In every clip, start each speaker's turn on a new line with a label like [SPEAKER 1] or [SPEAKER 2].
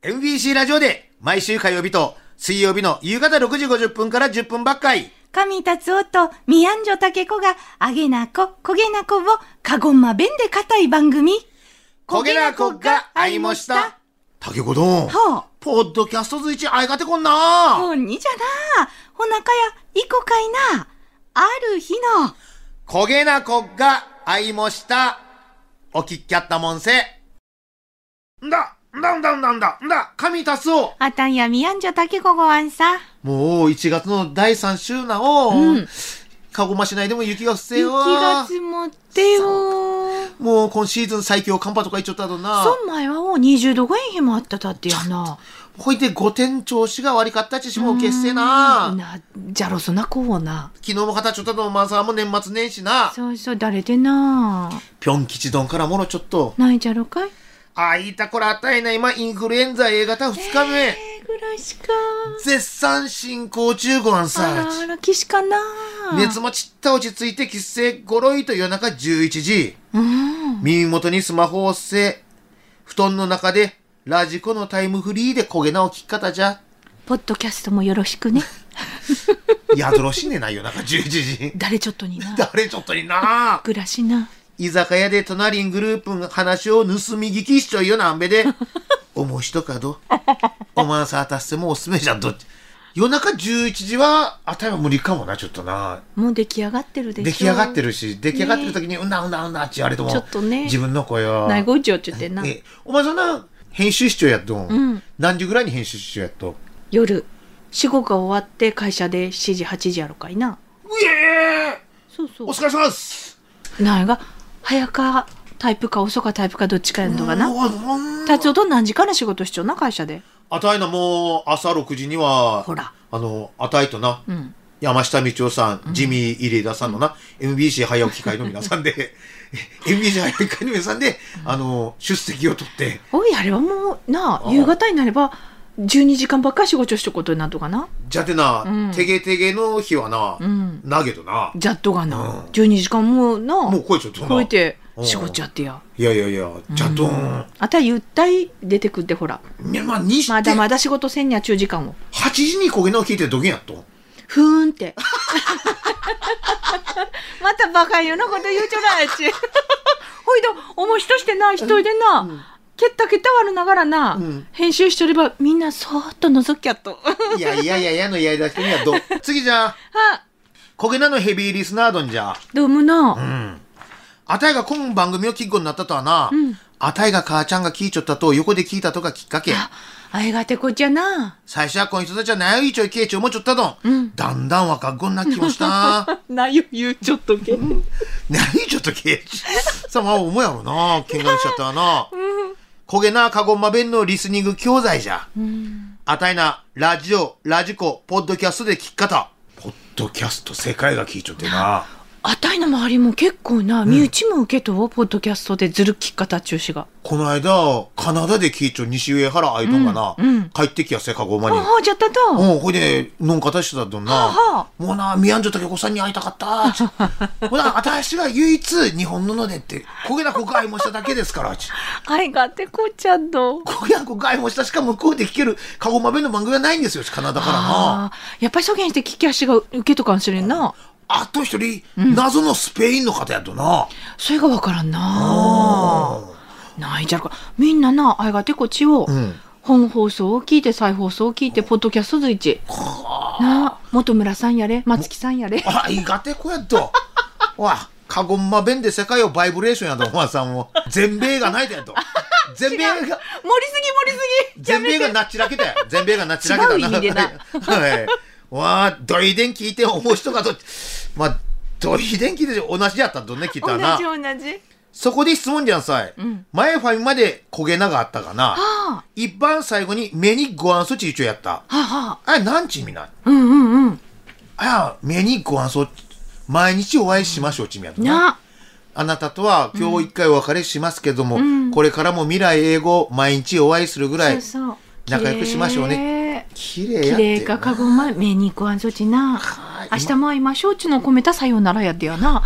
[SPEAKER 1] MBC ラジオで毎週火曜日と水曜日の夕方6時50分から10分ばっかり。
[SPEAKER 2] 神達夫とミヤンジョタケコが、あげなこ、こげなこを、かごんま弁で固い番組。
[SPEAKER 1] 焦げなこが会いました。竹子どん。
[SPEAKER 2] ほ
[SPEAKER 1] ポッドキャストずいち会いがてこんな
[SPEAKER 2] う、ほんにじゃな。ほなかや、いこかいな。ある日の、
[SPEAKER 1] 焦げなこが会いました。お聞きやったもんせ。んだ、んだんだんだんだ、んだ、神達夫。
[SPEAKER 2] あたんやミヤンジョタケコごわんさ。
[SPEAKER 1] もう1月の第3週なお。
[SPEAKER 2] うん
[SPEAKER 1] かごましないでも雪が降せ
[SPEAKER 2] 雪
[SPEAKER 1] よ。
[SPEAKER 2] が積もってよ。
[SPEAKER 1] もう今シーズン最強寒波とか言っちゃったとな。
[SPEAKER 2] そん前はもう20度ぐらい日もあったたってやな。
[SPEAKER 1] ほいで五点調子が悪かったちしもう決して
[SPEAKER 2] うん
[SPEAKER 1] な。
[SPEAKER 2] な、じゃろそなこうな。
[SPEAKER 1] 昨日も語っちょったとマンサーも年末年始な。
[SPEAKER 2] そうそう、誰でな。
[SPEAKER 1] ぴょん吉丼からもろちょっと。
[SPEAKER 2] ないじゃろかい
[SPEAKER 1] あいたこらあたいな今インフルエンザ A 型二日目。
[SPEAKER 2] えーぐらいしか。
[SPEAKER 1] 絶賛進行中ごはん
[SPEAKER 2] あ
[SPEAKER 1] さ
[SPEAKER 2] ら。あら、岸かな。
[SPEAKER 1] 熱もちった落ち着いて喫せごろいと夜中11時。
[SPEAKER 2] うん。
[SPEAKER 1] 耳元にスマホをせ。布団の中でラジコのタイムフリーで焦げなお聞き方じゃ。
[SPEAKER 2] ポッドキャストもよろしくね。。
[SPEAKER 1] やどろしねえな夜中11時
[SPEAKER 2] 誰ちょっとにな。
[SPEAKER 1] 誰ちょっとにな。
[SPEAKER 2] ぐらしな。
[SPEAKER 1] 居酒屋で隣にグループの話を盗み聞きしちょいよなんべで。 おもしとか ど。おまんさあたっせもおすすめじゃんどっち。夜中11時は、あたいは無理かもな、ちょっとな。
[SPEAKER 2] もう出来上がってるでしょ。
[SPEAKER 1] 出来上がって
[SPEAKER 2] る。
[SPEAKER 1] るし、出来上がってる時に、うんなうんなうんなって言われても、
[SPEAKER 2] ちょっとね
[SPEAKER 1] 自分の声を。
[SPEAKER 2] 内ごちょって言ってな。
[SPEAKER 1] えお前そんな、編集しちょいやっと、
[SPEAKER 2] ん
[SPEAKER 1] 何時ぐらいに編集しちょいやっと。
[SPEAKER 2] 夜、仕事が終わって会社で7時、8時やろかいな。
[SPEAKER 1] うえ
[SPEAKER 2] そうそ
[SPEAKER 1] ーお疲れ様です
[SPEAKER 2] う。ないが、早かタイプか遅かタイプかどっちかやんとかな。
[SPEAKER 1] うわうん
[SPEAKER 2] 達夫と何時から仕事しちょうな、会社で。
[SPEAKER 1] あたいなもう、朝6時には、
[SPEAKER 2] ほら。
[SPEAKER 1] あの、あたいとな、
[SPEAKER 2] うん。
[SPEAKER 1] 山下道夫さん、ジミー入田さんのな、MBC 早起き会の皆さん で、MBC 早起き会の皆さんで、あの、出席を取って、
[SPEAKER 2] おい、あれはもう、
[SPEAKER 1] あ
[SPEAKER 2] なあ、夕方になれば、12時間ばっかり仕事しとくことになっとかな。
[SPEAKER 1] じゃてな、
[SPEAKER 2] うん
[SPEAKER 1] てげてげの日はな
[SPEAKER 2] う、ん。
[SPEAKER 1] なげどな、
[SPEAKER 2] ざっとが
[SPEAKER 1] うん
[SPEAKER 2] な。12時間もうな、
[SPEAKER 1] もう声ちょっとな
[SPEAKER 2] 超えて
[SPEAKER 1] うん
[SPEAKER 2] 仕事やってや。
[SPEAKER 1] いやいやいや、じゃとん、
[SPEAKER 2] あたゆったい出てくってほら。
[SPEAKER 1] いやまあ、に
[SPEAKER 2] ま
[SPEAKER 1] して、
[SPEAKER 2] だ
[SPEAKER 1] 8
[SPEAKER 2] まだ仕事せんにゃ、中時間を。
[SPEAKER 1] 時に焦げなを聞いてどげんやっと。
[SPEAKER 2] ふーんって。 またバカようなこと言うちょ らいし。ほいで、おもしとしてな、一人でな、けったけったわるながらな、
[SPEAKER 1] うん
[SPEAKER 2] 編集しとればみんなそーっと覗きゃっと。
[SPEAKER 1] いやいやいやいやのやりだしてにはどう。次じゃあ、
[SPEAKER 2] あ、
[SPEAKER 1] 焦げなのヘビーリスナーどんじゃ。
[SPEAKER 2] どうもな。
[SPEAKER 1] うん。あたいが今番組を聞くことになったとはな、あたいが母ちゃんが聞いちょったと横で聞いたとがきっかけ。
[SPEAKER 2] あいがてこちゃな。
[SPEAKER 1] 最初はこの人たちは悩いちょいけいちょ思っちょったどん。
[SPEAKER 2] うん
[SPEAKER 1] だんだん若っこになってきました。
[SPEAKER 2] なよ、言うちょっとけ。
[SPEAKER 1] 悩いちょっとけいちょ。さあ、まあ、思うやろな。喧嘩にしちゃったわな。焦げなかごま弁のリスニング教材じゃ。あたいな、ラジオ、ラジコ、ポッドキャストで聞き方。ポッドキャスト、世界が聞いちょってな。
[SPEAKER 2] あたいの周りも結構な、身内も受けとう、ポッドキャストでずるきっ方中止が。
[SPEAKER 1] この間、カナダで聞いちょ、西上原愛とんがな、
[SPEAKER 2] うんうん
[SPEAKER 1] 帰ってきやせ、かごま
[SPEAKER 2] あ
[SPEAKER 1] に。
[SPEAKER 2] はあ、じゃったと。は
[SPEAKER 1] うん、ほいで、のんかたしてたどんな。
[SPEAKER 2] あは
[SPEAKER 1] もうな、ミヤンジョタケコさんに会いたかった っち。ほな、私が唯一日本ののでって、焦げな告愛もしただけですからっち。
[SPEAKER 2] あ。あいがてこちゃと。
[SPEAKER 1] 焦げな告愛もしたしか向こうで聞ける、カゴマベの番組はないんですよ、カナダからな。
[SPEAKER 2] ああ、やっぱりそげんして聞き足が受けとかんしれんな。
[SPEAKER 1] あと一人、謎のスペインの方やとな。
[SPEAKER 2] それがわからんな。ないじゃろか。みんなな、あいがてこちを、
[SPEAKER 1] ん
[SPEAKER 2] 本放送を聞いて、再放送を聞いて、ポッドキャストずいち。なあ、本村さんやれ、松木さんやれ。
[SPEAKER 1] あら、いがてこやっと。わ、カゴマベンで世界をバイブレーションやと、お前さんも。全米がないだ やと。全米が。
[SPEAKER 2] 盛りすぎ盛りすぎ。や
[SPEAKER 1] 全
[SPEAKER 2] め
[SPEAKER 1] 米
[SPEAKER 2] て
[SPEAKER 1] がなっちらけだ よ。全米がなっちらけだ
[SPEAKER 2] 違う意味でな
[SPEAKER 1] はい。わあ、どいでん聞いて思う人がどっち、まあ、どいでん聞いて同じやったんどね、聞いたら
[SPEAKER 2] 同
[SPEAKER 1] な
[SPEAKER 2] じ。同じ。
[SPEAKER 1] そこで質問じゃんさい。
[SPEAKER 2] ん
[SPEAKER 1] 前ファミまで焦げながあったかな。
[SPEAKER 2] あ
[SPEAKER 1] 一番最後に目にご安措置一応やった。
[SPEAKER 2] あ、はあは
[SPEAKER 1] あれ、なんち意味なん
[SPEAKER 2] あ。うんうんうん。
[SPEAKER 1] あや、目にご安措置、毎日お会いしましょう、ちみやと
[SPEAKER 2] なあ。
[SPEAKER 1] あなたとは今日一回お別れしますけども、これからも未来英語毎日お会いするぐらい
[SPEAKER 2] そうそう
[SPEAKER 1] 仲良くしましょうね。綺麗
[SPEAKER 2] 綺
[SPEAKER 1] や
[SPEAKER 2] 麗
[SPEAKER 1] って
[SPEAKER 2] 綺麗かかごま目に食わんそちな
[SPEAKER 1] はい。
[SPEAKER 2] 明日も会いましょうちの込めたさようならやでやな。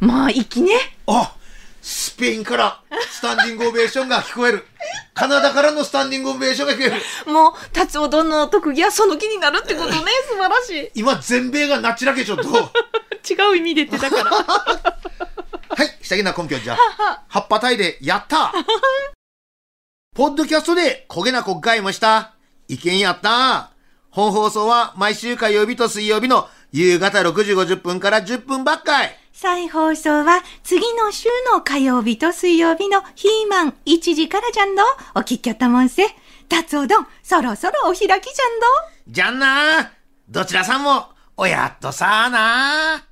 [SPEAKER 2] まあ、生きね。
[SPEAKER 1] あスペインからスタンディングオベーションが聞こえる。カナダからのスタンディングオベーションが聞こえる。
[SPEAKER 2] もう、達夫殿の特技はその気になるって ことね。素晴らしい。
[SPEAKER 1] 今、全米がなっちらけちょっと。は
[SPEAKER 2] 違う意味でってだから。
[SPEAKER 1] い、下着な根拠じゃ。葉っぱタイで、やったーポッドキャストで焦げな国会もした。意見やったー本放送は毎週火曜日と水曜日の夕方6時50分から10分ばっかい。
[SPEAKER 2] 再放送は次の週の火曜日と水曜日のヒーマン1時からじゃんど。お聞きやったもんせ。達夫丼、そろそろお開きじゃんど。
[SPEAKER 1] じゃんなーどちらさんも、おやっとさーなー